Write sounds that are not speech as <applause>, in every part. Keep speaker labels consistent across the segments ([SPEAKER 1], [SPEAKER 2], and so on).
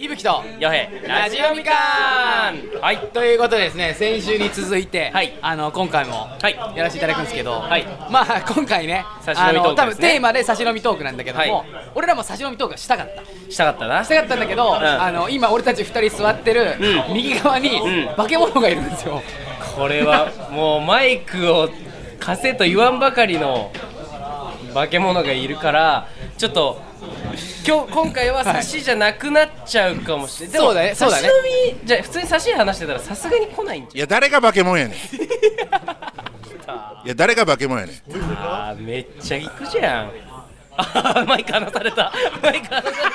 [SPEAKER 1] いぶきと
[SPEAKER 2] ヨヘ
[SPEAKER 1] ラジオみかん
[SPEAKER 2] はい
[SPEAKER 1] ということでですね先週に続いて、
[SPEAKER 2] はい
[SPEAKER 1] あの今回も
[SPEAKER 2] はい
[SPEAKER 1] やらせていただくんですけど、
[SPEAKER 2] はい
[SPEAKER 1] まあ今回ね
[SPEAKER 2] 差し飲み
[SPEAKER 1] あの
[SPEAKER 2] トー
[SPEAKER 1] 多
[SPEAKER 2] クで
[SPEAKER 1] 分
[SPEAKER 2] すね
[SPEAKER 1] テーマで差し飲みトークなんだけども、
[SPEAKER 2] はい
[SPEAKER 1] 俺らも差し飲みトークはしたかった
[SPEAKER 2] したかったな
[SPEAKER 1] したかったんだけど、
[SPEAKER 2] ん
[SPEAKER 1] あの今俺たち2人座ってる、
[SPEAKER 2] うん
[SPEAKER 1] 右側に、
[SPEAKER 2] うん
[SPEAKER 1] 化け物がいるんですよ
[SPEAKER 2] これはもうマイクを貸せと言わんばかりの化け物がいるからちょっと今日今回は差しじゃなくなっちゃうかもしれない、
[SPEAKER 1] そうだねそうだね
[SPEAKER 2] 差し飲みじゃ普通に差し話してたらさすがに来ないんじ
[SPEAKER 3] いや誰が化け物
[SPEAKER 1] <laughs>
[SPEAKER 3] やねんい
[SPEAKER 2] ゃ
[SPEAKER 3] や誰が化け物やねん
[SPEAKER 2] うあーめっちゃ行くじゃんあー <laughs> マイク離され
[SPEAKER 3] <laughs>
[SPEAKER 2] たマイク離された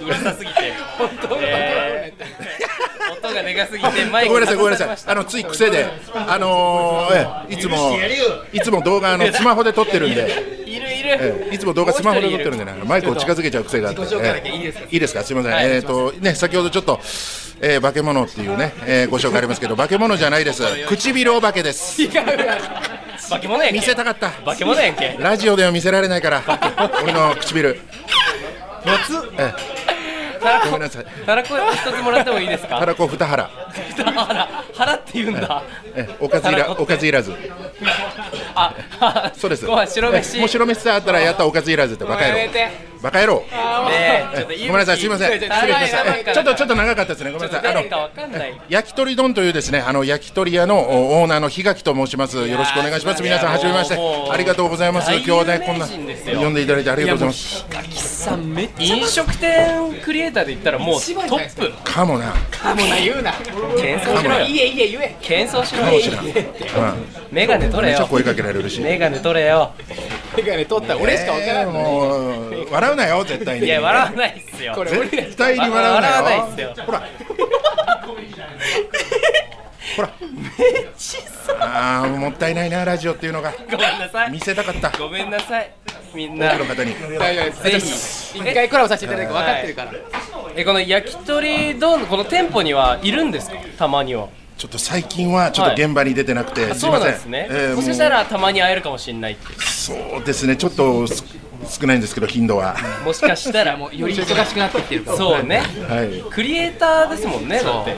[SPEAKER 2] うるさすぎて本当えー音がでかすぎ
[SPEAKER 3] <laughs>
[SPEAKER 2] てマイク
[SPEAKER 3] ごめんなさいごめん
[SPEAKER 2] 離れ
[SPEAKER 3] なさ
[SPEAKER 2] ま
[SPEAKER 3] い
[SPEAKER 2] した
[SPEAKER 3] あのつい癖であのー、ええいつもいつも動画あのスマホで撮ってるんで、
[SPEAKER 2] いるい
[SPEAKER 3] え
[SPEAKER 2] る、
[SPEAKER 3] えいつも動画スマホで撮ってるんで
[SPEAKER 2] ね
[SPEAKER 3] ねマイクを近づけちゃう癖があって
[SPEAKER 1] 自己紹介だけいいですか
[SPEAKER 3] ええいいですかすみません、
[SPEAKER 2] はい
[SPEAKER 3] えっ、とね先ほどちょっと、えー、化け物っていうね、えー、ご紹介ありますけど化け物じゃないです唇お化けです
[SPEAKER 1] 違うや
[SPEAKER 2] 化け物やんけ
[SPEAKER 3] 見せたかった
[SPEAKER 2] 化け物やんけ
[SPEAKER 3] ラジオでは見せられないから俺の唇え
[SPEAKER 2] たらこ
[SPEAKER 3] ごめんなさい
[SPEAKER 2] たらこ一つもらってもいいです
[SPEAKER 3] えた
[SPEAKER 2] から
[SPEAKER 3] こ二腹
[SPEAKER 2] <laughs> 腹腹って言うんだ
[SPEAKER 3] ええおかずい
[SPEAKER 2] たらこ
[SPEAKER 3] ら
[SPEAKER 2] って
[SPEAKER 3] おかずいらず
[SPEAKER 2] <laughs> ああ
[SPEAKER 3] そうです
[SPEAKER 2] ご飯白
[SPEAKER 3] え
[SPEAKER 2] 飯
[SPEAKER 3] えもう白飯さえあったらやったおかずいらずってバカ野
[SPEAKER 1] め
[SPEAKER 3] 郎
[SPEAKER 1] て
[SPEAKER 3] バカ野郎
[SPEAKER 2] ねえちょっと
[SPEAKER 3] ごめんなさい、すみません。失
[SPEAKER 1] ちょち
[SPEAKER 3] 礼し
[SPEAKER 1] ょ
[SPEAKER 3] まし
[SPEAKER 1] やば
[SPEAKER 3] た。
[SPEAKER 1] い
[SPEAKER 3] え
[SPEAKER 1] やばい
[SPEAKER 3] ちょっとちょっと長かったですね。ごめんなさい。あ
[SPEAKER 2] 誰か
[SPEAKER 3] の
[SPEAKER 2] わかんない
[SPEAKER 3] 焼き鳥丼というですね、あの焼き鳥屋のおオーナーの檜垣と申します。よろしくお願いします。
[SPEAKER 2] いや
[SPEAKER 3] 皆
[SPEAKER 2] ー
[SPEAKER 3] さん、はじめまして
[SPEAKER 2] もうも。う
[SPEAKER 3] ありがとうございます。
[SPEAKER 2] 大
[SPEAKER 3] 今日はね、こんな
[SPEAKER 2] 有名人ですよ
[SPEAKER 3] 呼んでいただいてありがとうございます。
[SPEAKER 2] いやもうヒカキさんめっちゃ飲食店クリエイターで言ったらもうト
[SPEAKER 1] 一番じゃないで
[SPEAKER 2] ッ
[SPEAKER 1] す
[SPEAKER 2] プ
[SPEAKER 3] かもな。
[SPEAKER 1] かもな言うな
[SPEAKER 2] 謙遜しろ
[SPEAKER 3] か
[SPEAKER 2] よ
[SPEAKER 3] も
[SPEAKER 1] いえいえ言え
[SPEAKER 2] 謙遜しろ
[SPEAKER 3] かもしれん。う
[SPEAKER 2] よ
[SPEAKER 3] ん。
[SPEAKER 2] メガネ取れ
[SPEAKER 3] めっちゃ
[SPEAKER 2] よ
[SPEAKER 3] 声かけられるし。
[SPEAKER 2] メガネ取れよ
[SPEAKER 1] 眼鏡取ったら俺しか分からん
[SPEAKER 3] えーもう笑うなよ、絶対に。
[SPEAKER 2] いや笑わないっすよ
[SPEAKER 1] これ俺ら
[SPEAKER 3] 絶対に笑うなよ。
[SPEAKER 2] 笑わないっすよ
[SPEAKER 3] ほら。ほら。ああ、もったいないな、ラジオっていうのが。
[SPEAKER 2] ごめんなさ
[SPEAKER 3] 見
[SPEAKER 2] い
[SPEAKER 3] せたかった。
[SPEAKER 2] ごめんなさいみん
[SPEAKER 3] 多
[SPEAKER 2] な
[SPEAKER 3] くの方に。
[SPEAKER 1] 大丈夫ですぜひ一回コラボさせていただく分かってるから
[SPEAKER 2] えこの焼き鳥丼この店舗にはいるんですかたまには
[SPEAKER 3] ちょっと最近はちょっと現場に出てなくて、
[SPEAKER 2] あ
[SPEAKER 3] す
[SPEAKER 2] そ
[SPEAKER 3] いうま
[SPEAKER 2] なん
[SPEAKER 3] せん
[SPEAKER 2] ですね、
[SPEAKER 3] えーもう
[SPEAKER 2] もしかしたらたまに会えるかもしれないっていう
[SPEAKER 3] そうですねちょっとす少ないんですけど頻度は、
[SPEAKER 2] もしかしたら
[SPEAKER 1] もうより忙しくなってきてるから
[SPEAKER 2] そうね
[SPEAKER 3] はい
[SPEAKER 2] クリエイターですもんねだって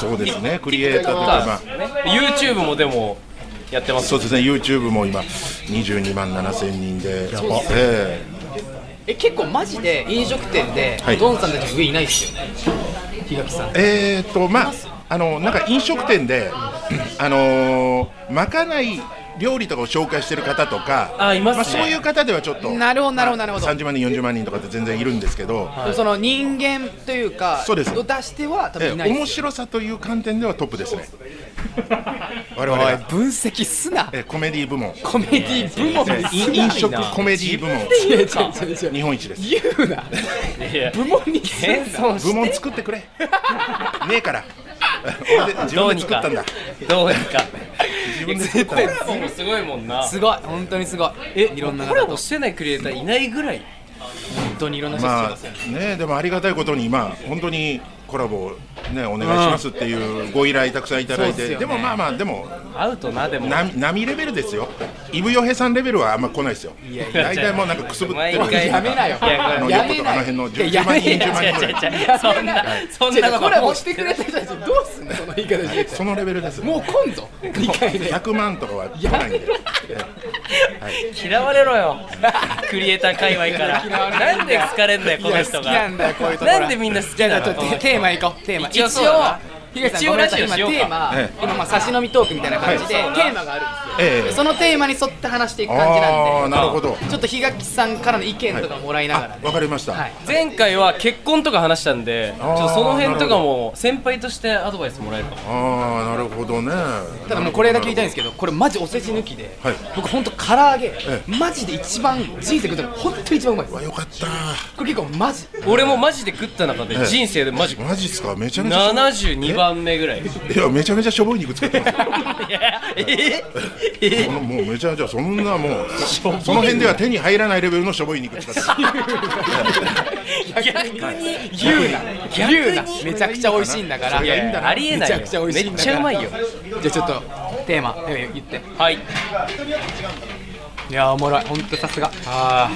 [SPEAKER 3] そうですねクリエイターというか、まあ、
[SPEAKER 2] YouTube もでもやってます
[SPEAKER 3] そうですね YouTube も今22万7千人で、え
[SPEAKER 1] え結構マジで飲食店で、
[SPEAKER 3] はい
[SPEAKER 1] ドンさんたち上いないっすよね檜垣さん
[SPEAKER 3] ー、えー、とまああのなんか飲食店であのーまかない料理とかを紹介してる方とか
[SPEAKER 2] あいますね
[SPEAKER 3] あ、そういう方ではちょっと
[SPEAKER 1] なるほどなるほどなるほど
[SPEAKER 3] 30万人40万人とかって全然いるんですけど、
[SPEAKER 1] でもその人間というか
[SPEAKER 3] そうです
[SPEAKER 1] を出しては多分
[SPEAKER 3] え
[SPEAKER 1] い
[SPEAKER 3] ー
[SPEAKER 1] ないっす
[SPEAKER 3] 面白さという観点ではトップです
[SPEAKER 1] <laughs>
[SPEAKER 3] ね我々が
[SPEAKER 1] 分析すな
[SPEAKER 3] えーコメディ部門、え
[SPEAKER 1] コメディ部門
[SPEAKER 3] ー
[SPEAKER 1] す
[SPEAKER 3] 飲
[SPEAKER 1] な
[SPEAKER 3] 飲食コメディ部門
[SPEAKER 1] いや違う違う違う
[SPEAKER 3] 日本一です
[SPEAKER 1] 言うない
[SPEAKER 2] や
[SPEAKER 1] 部門にすん
[SPEAKER 2] 謙
[SPEAKER 1] な
[SPEAKER 2] 遜
[SPEAKER 3] 部門
[SPEAKER 2] して
[SPEAKER 3] 作って
[SPEAKER 1] <laughs>
[SPEAKER 3] くれねえから俺で自
[SPEAKER 2] どう
[SPEAKER 3] 分
[SPEAKER 2] に
[SPEAKER 3] で作
[SPEAKER 2] か
[SPEAKER 3] ったんだ
[SPEAKER 2] どうにか
[SPEAKER 3] 自分で作ったんだ
[SPEAKER 2] コラボもすごいもんな
[SPEAKER 1] すごい本当にすごいえいろんな
[SPEAKER 2] コラ
[SPEAKER 1] 方と
[SPEAKER 2] ボ
[SPEAKER 1] 本
[SPEAKER 2] してないクリエイターいないぐらい
[SPEAKER 1] 当にいろんな人
[SPEAKER 3] ま
[SPEAKER 1] す
[SPEAKER 3] あねでもありがたいことにまあ本当にコラボをねお願いしますっていうご依頼たくさんいただい
[SPEAKER 1] そうです
[SPEAKER 3] て
[SPEAKER 1] よね
[SPEAKER 3] でもまあまあでも
[SPEAKER 2] アウトなでも
[SPEAKER 3] な波レベルですよイブヨヘさんレベルはあんま来ないですよ
[SPEAKER 1] いやいや
[SPEAKER 3] 大体もうなんかくすぶってる
[SPEAKER 2] 毎回
[SPEAKER 1] やめなよ
[SPEAKER 2] いや
[SPEAKER 3] あの
[SPEAKER 1] や
[SPEAKER 3] 横
[SPEAKER 1] め
[SPEAKER 3] と
[SPEAKER 1] な
[SPEAKER 3] かあ
[SPEAKER 1] よ
[SPEAKER 3] の辺の
[SPEAKER 1] いやや
[SPEAKER 3] 10
[SPEAKER 1] め
[SPEAKER 3] 万人
[SPEAKER 1] な
[SPEAKER 3] 20
[SPEAKER 1] よ
[SPEAKER 3] 万人ぐ
[SPEAKER 2] 違う違う
[SPEAKER 3] ら
[SPEAKER 2] 違
[SPEAKER 3] い
[SPEAKER 2] うそんなそんなの
[SPEAKER 1] コラボしてくれた人たちどうすんのその言い方で
[SPEAKER 3] そのレベルです
[SPEAKER 1] もう来ん
[SPEAKER 3] <laughs>
[SPEAKER 1] ぞ二回目
[SPEAKER 3] 100万とかは来ないんで
[SPEAKER 2] 嫌われろよクリエイター界隈から
[SPEAKER 1] 嫌われるんだよ
[SPEAKER 2] なんで好かれんだよこの人
[SPEAKER 1] いや好き
[SPEAKER 2] が
[SPEAKER 1] なんだよこういうところ
[SPEAKER 2] なんでみんな好きな
[SPEAKER 1] じ
[SPEAKER 2] の
[SPEAKER 1] ゃあちょっとテテーマいこうテーマ
[SPEAKER 2] <laughs> 一応そうだな
[SPEAKER 1] 東さん
[SPEAKER 2] 一応
[SPEAKER 1] ごめんなさい
[SPEAKER 2] ラジ
[SPEAKER 1] 今
[SPEAKER 2] オしようか
[SPEAKER 1] テーマ
[SPEAKER 3] え
[SPEAKER 1] 今まあ差し飲みトークみたいな感じでテ
[SPEAKER 2] はいそうだな
[SPEAKER 1] ーマがあるんです
[SPEAKER 3] え
[SPEAKER 1] よ
[SPEAKER 3] え
[SPEAKER 1] そのテーマに沿って話していく感じ
[SPEAKER 3] あ
[SPEAKER 1] な
[SPEAKER 3] あ
[SPEAKER 1] ん
[SPEAKER 3] なるほど
[SPEAKER 1] でちょっと檜垣さんからの意見とかもらいながら
[SPEAKER 3] あわかりました、
[SPEAKER 1] はい
[SPEAKER 2] 前回は結婚とか話したんでちょ
[SPEAKER 3] あ
[SPEAKER 2] っ
[SPEAKER 3] ー
[SPEAKER 2] とその辺とかも先輩としてアドバイスもらえるかも
[SPEAKER 3] ああなるほどね
[SPEAKER 1] ただもうこれだけ言いたいんですけどこれマジお世辞抜きで
[SPEAKER 3] はい
[SPEAKER 1] 僕ほんと唐揚げ
[SPEAKER 3] え
[SPEAKER 1] マジで一番人生食ったのほんと一番うまいです
[SPEAKER 3] わよかった
[SPEAKER 1] これ結構マジ
[SPEAKER 2] 俺もマジで食った中で
[SPEAKER 3] え
[SPEAKER 2] 人生でマジ
[SPEAKER 3] マジっすかめちゃめちゃ
[SPEAKER 2] 72番
[SPEAKER 1] <laughs>
[SPEAKER 2] 目ぐらい
[SPEAKER 3] いやめちゃめちゃしょぼい肉使ってますよ
[SPEAKER 2] いやええ
[SPEAKER 3] このもうめちゃめちゃそんなもうその辺では手に入らないレベルのしょぼい肉使ってます
[SPEAKER 2] 逆に
[SPEAKER 1] 言うな
[SPEAKER 2] 逆に
[SPEAKER 1] 言うなめちゃくちゃ美味しいんだから
[SPEAKER 2] い
[SPEAKER 1] い
[SPEAKER 2] や
[SPEAKER 1] や
[SPEAKER 2] い
[SPEAKER 1] いいんだ
[SPEAKER 2] やありえないよ
[SPEAKER 1] めちゃくちゃ美味しいん
[SPEAKER 2] めっ
[SPEAKER 1] だ
[SPEAKER 2] ち
[SPEAKER 1] から
[SPEAKER 2] ゃうまいよ
[SPEAKER 1] じゃあちょっとテーマえ言って
[SPEAKER 2] はい
[SPEAKER 1] いやーおもろいほんとさすがあ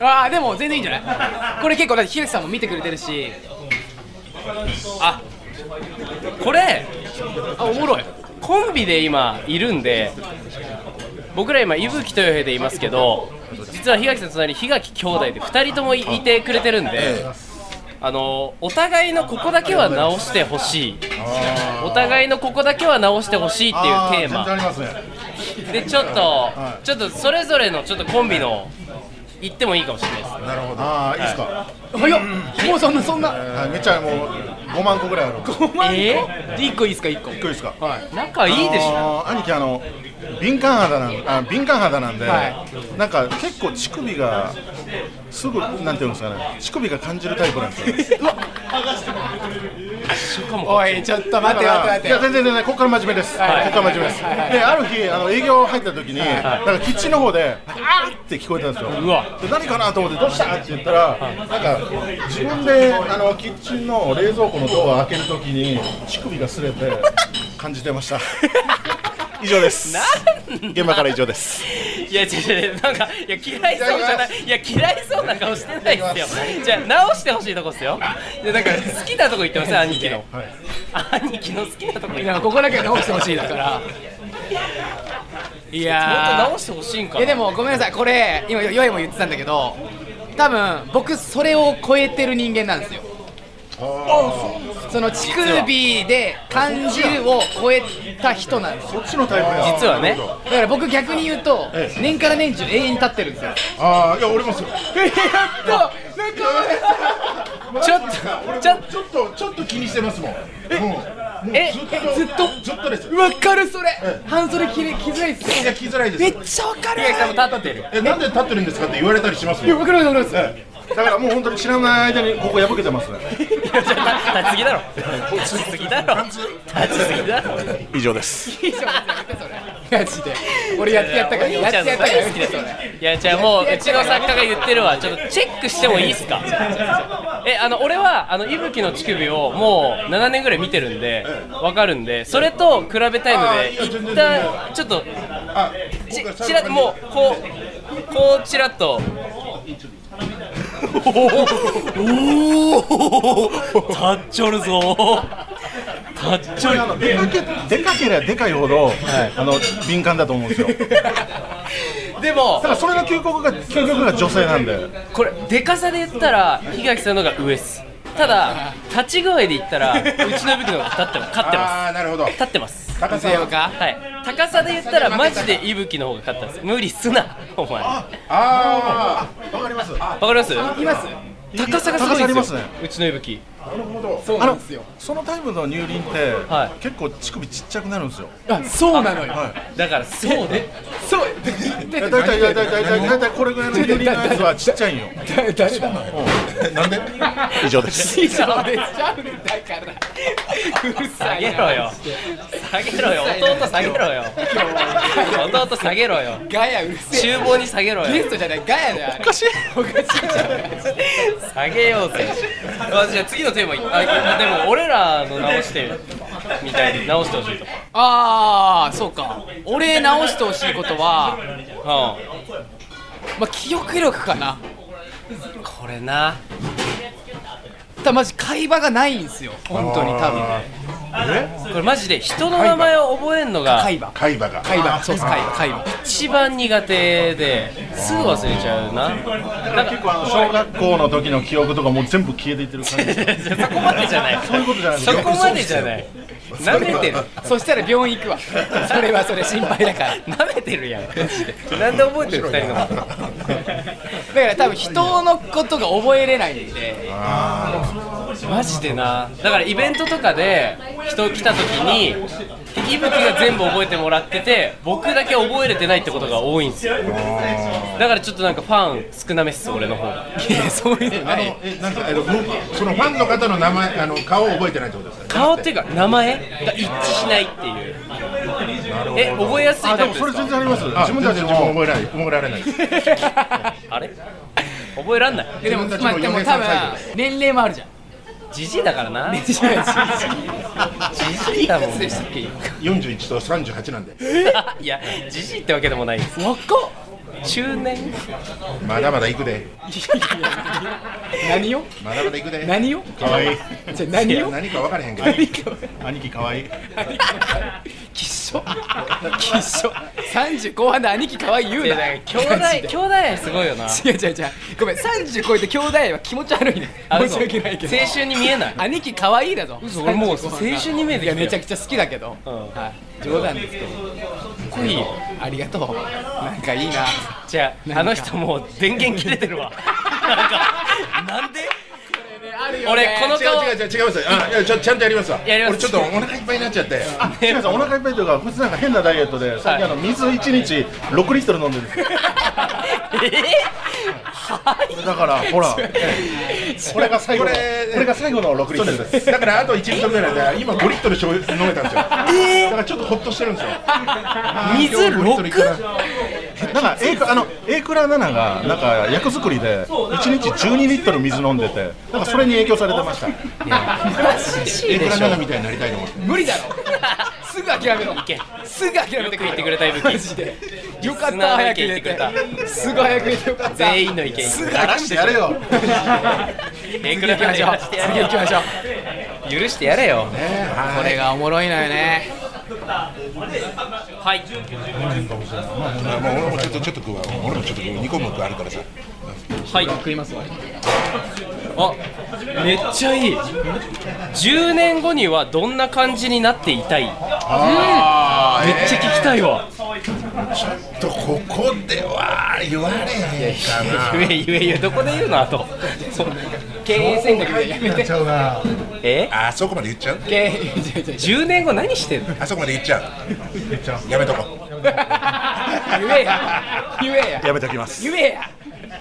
[SPEAKER 1] ああでも全然いいんじゃないこれ結構だってヒデさんも見てくれてるし
[SPEAKER 2] あこれ
[SPEAKER 1] あおもろい
[SPEAKER 2] コンビで今いるんで僕ら今伊吹と洋平でいますけど実は檜垣さんの隣に檜垣兄弟で2人ともいいてくれてるんであのお互いのここだけは直してほしいお互いのここだけは直してほしいっていうテー
[SPEAKER 3] 全然あ
[SPEAKER 2] マ
[SPEAKER 3] りますね
[SPEAKER 2] でちょっとちょっとそれぞれのちょっとコンビの言ってもいいかもしれないです
[SPEAKER 3] なるほどああいいですか、
[SPEAKER 1] 早っもうそんなそんな
[SPEAKER 3] はい、めっちゃもう5万個ぐらいあるびっく
[SPEAKER 1] お前
[SPEAKER 2] え
[SPEAKER 1] 1個いいですか1個
[SPEAKER 3] りですか
[SPEAKER 2] 仲いいでしょ
[SPEAKER 3] ょ兄貴あの敏感肌なんあ敏感肌なんで、
[SPEAKER 1] は
[SPEAKER 3] なんか結構乳首がすぐなんていうんですかね乳首が感じるタイプなんですよ
[SPEAKER 1] お <laughs> いちょっと待って待って待
[SPEAKER 3] いや
[SPEAKER 1] って
[SPEAKER 3] 全然全然ここから真面目です、
[SPEAKER 1] はい
[SPEAKER 3] ここから真面目です、
[SPEAKER 1] はいはい
[SPEAKER 3] である日あの営業入った時に、なんかキッチンの方で「あー!」って聞こえたんですよ
[SPEAKER 2] うわ
[SPEAKER 3] で何かなと思って「どうした?」って言ったらなんか自分であのキッチンの冷蔵庫のドアを開ける時に乳首が擦れて感じてました
[SPEAKER 1] <laughs>
[SPEAKER 3] 以上です現場から以上です
[SPEAKER 2] いや違う違うなんかいや嫌いそうじゃないいや嫌いそうな顔してないですよじゃあ直してほしいとこっすよでなんか好きなとこ行ってます兄貴の、兄貴の好きなとこ行って
[SPEAKER 1] だからここだけは直してほしいだからいやー
[SPEAKER 2] もっと直してほしいんか
[SPEAKER 1] い
[SPEAKER 2] な
[SPEAKER 1] やでもごめんなさいこれ今よよいも言ってたんだけど多分僕それを超えてる人間なんですよその乳首で感じるを超えた人なんですよ
[SPEAKER 3] こっちのタイプや
[SPEAKER 2] 実はね
[SPEAKER 1] だから僕逆に言うと
[SPEAKER 3] ええ
[SPEAKER 1] 年から年中永遠に立ってるんですよ
[SPEAKER 3] ああいや俺もそう
[SPEAKER 1] やっと
[SPEAKER 2] ちょっとちょっ
[SPEAKER 3] ちょっとちょっと気にしてますもんえもうもう
[SPEAKER 2] え
[SPEAKER 1] ずっと
[SPEAKER 3] ずっとですよ
[SPEAKER 1] わかるそれ半袖着れ着づらいっす
[SPEAKER 3] い
[SPEAKER 1] よ
[SPEAKER 3] や聞きづらいです
[SPEAKER 1] めっちゃわかるい
[SPEAKER 2] と多分立ってる
[SPEAKER 3] えなんで立ってるんですかって言われたりします
[SPEAKER 1] や
[SPEAKER 3] よ
[SPEAKER 1] わかるわかるわかる
[SPEAKER 3] ええだからもう本当に知らない間にここ破けてますね
[SPEAKER 2] いやじゃあ立ちすぎだろ <laughs> 立ちすぎだろ立ちすぎだろ
[SPEAKER 3] 以上です
[SPEAKER 1] いいじゃんやめてそれマジで俺やってやったから
[SPEAKER 2] お
[SPEAKER 1] や
[SPEAKER 2] 兄
[SPEAKER 1] っ
[SPEAKER 2] ちゃん
[SPEAKER 1] てや
[SPEAKER 2] の
[SPEAKER 1] ったから
[SPEAKER 2] 大
[SPEAKER 1] や
[SPEAKER 2] 好
[SPEAKER 1] め
[SPEAKER 2] き
[SPEAKER 1] て
[SPEAKER 2] です
[SPEAKER 1] そ
[SPEAKER 2] よ
[SPEAKER 1] れ
[SPEAKER 2] いやじゃあもううちの作家が言ってるわちょっとチェックしてもいいっすかえあの俺はあの伊吹の乳首をもう7年ぐらい見てるんでわかるんでそれと比べたいので一旦ちょっと
[SPEAKER 3] あ
[SPEAKER 2] ちちらっともうこうこうちらっとおお立っちょるぞ立っちょる
[SPEAKER 3] あのでかけでかければでかいほど、あの敏感だと思うんですよだ
[SPEAKER 2] でも
[SPEAKER 3] からそれの究極が究極が女性なんで
[SPEAKER 2] これでかさで言ったら檜垣さんの方が上っすただ立ち具合で言ったらうちの武器の方が立ってます勝ってま
[SPEAKER 3] あなるほど
[SPEAKER 2] す立ってます
[SPEAKER 3] 高さ
[SPEAKER 1] せよか
[SPEAKER 2] はい高さで言ったらマジで伊吹の方が勝ったんです無理すなお前わ
[SPEAKER 3] ああわかりますあ
[SPEAKER 2] かります
[SPEAKER 1] います
[SPEAKER 2] 高さがすごいんで
[SPEAKER 3] 高
[SPEAKER 2] す
[SPEAKER 3] さ
[SPEAKER 2] よ
[SPEAKER 3] あります
[SPEAKER 2] うちの伊吹
[SPEAKER 3] なるほど
[SPEAKER 1] そうなんですよ
[SPEAKER 3] そのタイムの乳輪って、
[SPEAKER 2] はい
[SPEAKER 3] 結構乳首ちっちゃくなるんですよ
[SPEAKER 1] あそうなのよ
[SPEAKER 2] だからそうね
[SPEAKER 1] そう
[SPEAKER 3] いや大体大体大体大体これぐらいの乳輪のやつはちっちゃいんよ
[SPEAKER 1] <laughs> 誰誰だ
[SPEAKER 3] なんで <laughs> 以上です
[SPEAKER 1] 師匠でちゃうねんだからうる
[SPEAKER 2] 下
[SPEAKER 1] さい
[SPEAKER 2] げ
[SPEAKER 1] な
[SPEAKER 2] ろよ下げろよ弟下げろよ弟下げろよ
[SPEAKER 1] ガヤうるせえ
[SPEAKER 2] 厨房に下げろ
[SPEAKER 1] ゲ
[SPEAKER 2] よ
[SPEAKER 1] ストじゃないガヤだよおかしいおかしいじゃん
[SPEAKER 2] 下げようぜあじゃあ次のテーマいあでも俺らの直してみたいに直してほしいと
[SPEAKER 1] ああそうか俺直してほしいことは
[SPEAKER 2] う、
[SPEAKER 1] まあ記憶力かなん
[SPEAKER 2] これな
[SPEAKER 1] たマジ会話がないんですよ本当に多分
[SPEAKER 2] これマジで人の名前を覚えるのが
[SPEAKER 1] 会話
[SPEAKER 3] 海馬が
[SPEAKER 1] 会話そうです会話会話
[SPEAKER 2] 一番苦手ですぐ忘れちゃうななんか
[SPEAKER 3] 結構あの小学校の時の記憶とかもう全部消えていってる感じです <laughs>
[SPEAKER 2] そこまでじゃない
[SPEAKER 3] そういうことじゃない
[SPEAKER 2] そこまでじゃないなめてる
[SPEAKER 1] そしたら病院行くわそれはそれ心配だから
[SPEAKER 2] なめてるやんなんで覚えてる二人のこと
[SPEAKER 1] だから多分人のことが覚えれないんで
[SPEAKER 2] マジでなだからイベントとかで人来た時に息吹が全部覚えてもらってて僕だけ覚えれてないってことが多いんですよだからちょっとなんかファン少なめっす俺の方が
[SPEAKER 1] いやそういうのな
[SPEAKER 3] あの
[SPEAKER 1] い
[SPEAKER 3] えなんかえっとむそのファンの方の名前あの顔を覚えてないってことですか
[SPEAKER 2] 顔っていうか名前が一致しないっていうえ覚えやすいタ
[SPEAKER 3] あで
[SPEAKER 2] イ
[SPEAKER 3] も
[SPEAKER 2] プです
[SPEAKER 3] それ
[SPEAKER 2] か
[SPEAKER 3] 全然あります自分たちでも覚えない覚えられない
[SPEAKER 2] <laughs> あれ覚えらんない
[SPEAKER 1] でも
[SPEAKER 3] 自分たち
[SPEAKER 1] まあ
[SPEAKER 3] も
[SPEAKER 1] でも
[SPEAKER 3] 嫁
[SPEAKER 1] 多
[SPEAKER 3] さん
[SPEAKER 1] 分
[SPEAKER 3] サイ
[SPEAKER 1] 年齢もあるじゃん
[SPEAKER 2] じじいだからなじ
[SPEAKER 1] じじい
[SPEAKER 2] じいだも
[SPEAKER 1] い
[SPEAKER 2] ん
[SPEAKER 1] くつ
[SPEAKER 2] <laughs>
[SPEAKER 1] でしたっけ
[SPEAKER 3] 41と38なんで
[SPEAKER 2] いやじじいってわけでもないです
[SPEAKER 1] 若っ
[SPEAKER 2] 中年
[SPEAKER 4] まだまだ行くで
[SPEAKER 1] 何を
[SPEAKER 4] まだまだ行くで
[SPEAKER 1] 何を
[SPEAKER 3] かわいい
[SPEAKER 1] じゃあ何を
[SPEAKER 4] 何か分からへんけど
[SPEAKER 1] 何か
[SPEAKER 3] 兄貴かわいい
[SPEAKER 1] きっしょきっしょ30後半で兄貴可愛い言う
[SPEAKER 2] いや
[SPEAKER 1] な
[SPEAKER 2] なんか兄弟兄弟愛すごいよな
[SPEAKER 1] 違う違う違うごめん30超えて兄弟は気持ち悪いね
[SPEAKER 2] あ
[SPEAKER 1] 申
[SPEAKER 2] 嘘
[SPEAKER 1] し訳ないけど
[SPEAKER 2] 青春に見
[SPEAKER 1] <laughs>
[SPEAKER 2] えない
[SPEAKER 1] 兄貴可愛いだぞ
[SPEAKER 2] 嘘俺もう
[SPEAKER 1] 35
[SPEAKER 2] 青春に見え
[SPEAKER 1] い
[SPEAKER 2] てきたよ
[SPEAKER 1] やめちゃくちゃ好きだけど、
[SPEAKER 2] うん
[SPEAKER 1] はい冗談ですけど
[SPEAKER 2] こいいよ
[SPEAKER 1] ありがとうなんかいいな
[SPEAKER 2] じゃああの人もう電源切れて
[SPEAKER 1] <laughs>
[SPEAKER 2] るわなんかなんで俺この顔
[SPEAKER 4] 違う違う違う違いますあいやちゃちゃんとやりますわ
[SPEAKER 2] やります
[SPEAKER 4] 俺ちょっとお腹いっぱいになっちゃって
[SPEAKER 3] あ、違う違うお腹いっぱいというか、こいつなんか変なダイエットで、最近あの水一日六リットル飲ん <laughs> でるんですよ。だから、ほら、これが最後の、
[SPEAKER 4] こ
[SPEAKER 3] こ
[SPEAKER 4] れ
[SPEAKER 3] れが最後の六リットルです。
[SPEAKER 4] だからあと1リットルぐらいで今5リットルしょ飲めたんですよだからちょっとホッとしてるんですよ
[SPEAKER 2] 水
[SPEAKER 4] 今日5リットルいかな
[SPEAKER 3] なんか、エイク、あの、エイクラナが、なんか役作りで、一日十二リットル水飲んでて。なんか、それに影響されてました。
[SPEAKER 4] エイクラナナみたいになりたいと思って
[SPEAKER 1] 無理だろすぐ諦めろ
[SPEAKER 2] け
[SPEAKER 1] すぐ諦めてくれ
[SPEAKER 2] よく言ってくれた伊吹
[SPEAKER 1] マジでよかった
[SPEAKER 2] 素直な
[SPEAKER 1] 早
[SPEAKER 2] 意
[SPEAKER 1] く言え
[SPEAKER 2] 見言ってく
[SPEAKER 1] てすぐ早く言えてよかった
[SPEAKER 2] 全員の意見
[SPEAKER 1] すぐ
[SPEAKER 3] や
[SPEAKER 1] 諦
[SPEAKER 3] ら
[SPEAKER 1] め
[SPEAKER 3] しててやれよ。
[SPEAKER 2] えく
[SPEAKER 1] 次行
[SPEAKER 2] ら
[SPEAKER 1] きましょう次行きましょう
[SPEAKER 2] う許してやれよ
[SPEAKER 1] これがおもろいのよね
[SPEAKER 2] はい
[SPEAKER 4] あもう俺もちょっとちょっと食うわ俺もちょっと食う2個も食うあるからさ
[SPEAKER 2] はい食いますあめっちゃいい10年後にはどんな感じになっていたいめっ
[SPEAKER 4] あー
[SPEAKER 2] ちゃ聞きたいわ
[SPEAKER 4] えーとここでは言われへんかな
[SPEAKER 2] ゆえゆえゆえどこで言うのあと経営戦略でやめて
[SPEAKER 4] ちゃうな
[SPEAKER 2] え
[SPEAKER 4] あそこまで言っちゃう
[SPEAKER 1] け違う違う違う
[SPEAKER 2] 10年後何してんの
[SPEAKER 4] あそこまで言っちゃうやめとこう
[SPEAKER 1] 言えや言えや
[SPEAKER 3] やめておきます。
[SPEAKER 1] 言えや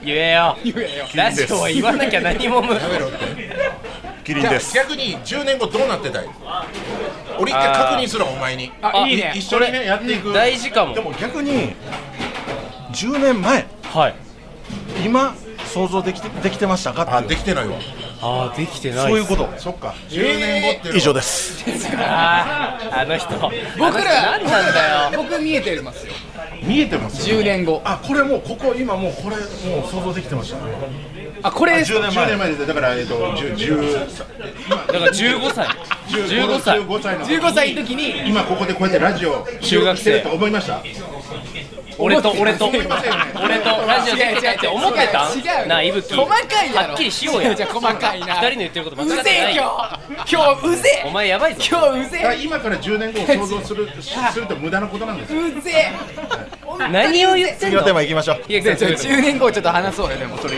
[SPEAKER 2] 言えよ
[SPEAKER 1] 言えよ
[SPEAKER 2] ラジオは言わなきゃ何もむ
[SPEAKER 4] やめろって
[SPEAKER 3] キリ
[SPEAKER 4] じ
[SPEAKER 3] ン
[SPEAKER 4] ゃあ
[SPEAKER 3] です。
[SPEAKER 4] 逆に10年後どうなってたい俺一回確認するわお前に
[SPEAKER 1] あいいね
[SPEAKER 4] 一緒にねやっていく
[SPEAKER 2] 大事か
[SPEAKER 3] で
[SPEAKER 2] も
[SPEAKER 3] も、逆に。十年前、
[SPEAKER 2] はい
[SPEAKER 3] 今、想像できて、できてましたか
[SPEAKER 4] あ
[SPEAKER 3] って
[SPEAKER 4] で
[SPEAKER 3] いう。
[SPEAKER 4] きてないわ
[SPEAKER 2] ああできてない
[SPEAKER 3] そういうこと。
[SPEAKER 4] そっか10年後っていうのは
[SPEAKER 3] 以上です。
[SPEAKER 2] あーあの人
[SPEAKER 1] 僕ら
[SPEAKER 2] あの人何なんだよ
[SPEAKER 1] 僕見えてますよ
[SPEAKER 4] 見えてますよ
[SPEAKER 1] 10年後
[SPEAKER 3] あこれもうここ今もうこれもう想像できてました、ね、
[SPEAKER 1] あこれ
[SPEAKER 4] 10年前ですだからえっと10 10
[SPEAKER 2] だから15歳15歳
[SPEAKER 4] 15歳の
[SPEAKER 1] 15歳の時に
[SPEAKER 4] 今ここでこうやってラジオ収録してると思いました
[SPEAKER 2] 俺と俺と
[SPEAKER 1] 思
[SPEAKER 2] 俺
[SPEAKER 1] って
[SPEAKER 2] と
[SPEAKER 1] ませんよね
[SPEAKER 2] ラジオできたって思ってた
[SPEAKER 1] 違う違う
[SPEAKER 2] なあ伊吹
[SPEAKER 1] 細かいだろ
[SPEAKER 2] はっきりしよう <laughs>
[SPEAKER 1] <laughs>
[SPEAKER 2] や
[SPEAKER 1] じゃ細かいな
[SPEAKER 2] 二人の言ってること間違
[SPEAKER 1] う
[SPEAKER 2] って
[SPEAKER 1] ぜ
[SPEAKER 2] な
[SPEAKER 1] え
[SPEAKER 2] い
[SPEAKER 1] 今日今日うぜえ
[SPEAKER 2] お前やばいぞ
[SPEAKER 1] 今日うぜ
[SPEAKER 4] だから今から10年後を想像するしすると無駄なことなんですよ
[SPEAKER 1] えうぜえ
[SPEAKER 2] 何を言ってん
[SPEAKER 3] 次
[SPEAKER 2] の
[SPEAKER 3] のテーマいきましょう
[SPEAKER 2] いや
[SPEAKER 1] じゃあ10年後ちょっと話そうよでもそれ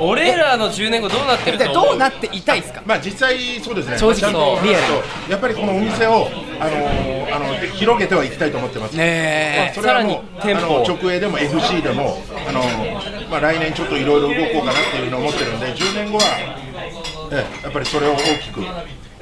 [SPEAKER 2] 俺らの10年後どうなってる
[SPEAKER 1] じ
[SPEAKER 2] と
[SPEAKER 1] ゃあ
[SPEAKER 2] 思う
[SPEAKER 1] どうなっていたいですか
[SPEAKER 4] まあ実際そうですね
[SPEAKER 1] 正直
[SPEAKER 4] ちゃんと
[SPEAKER 1] リアル
[SPEAKER 4] やっぱりこのお店をあのーあの広げてはいきたいと思ってます
[SPEAKER 1] ね
[SPEAKER 4] それはもう
[SPEAKER 2] さらに店舗を
[SPEAKER 4] あの直営でも FC でもあの、まあ、来年ちょっといろいろ動こうかなっていうふうに思ってるんで10年後はええやっぱりそれを大きく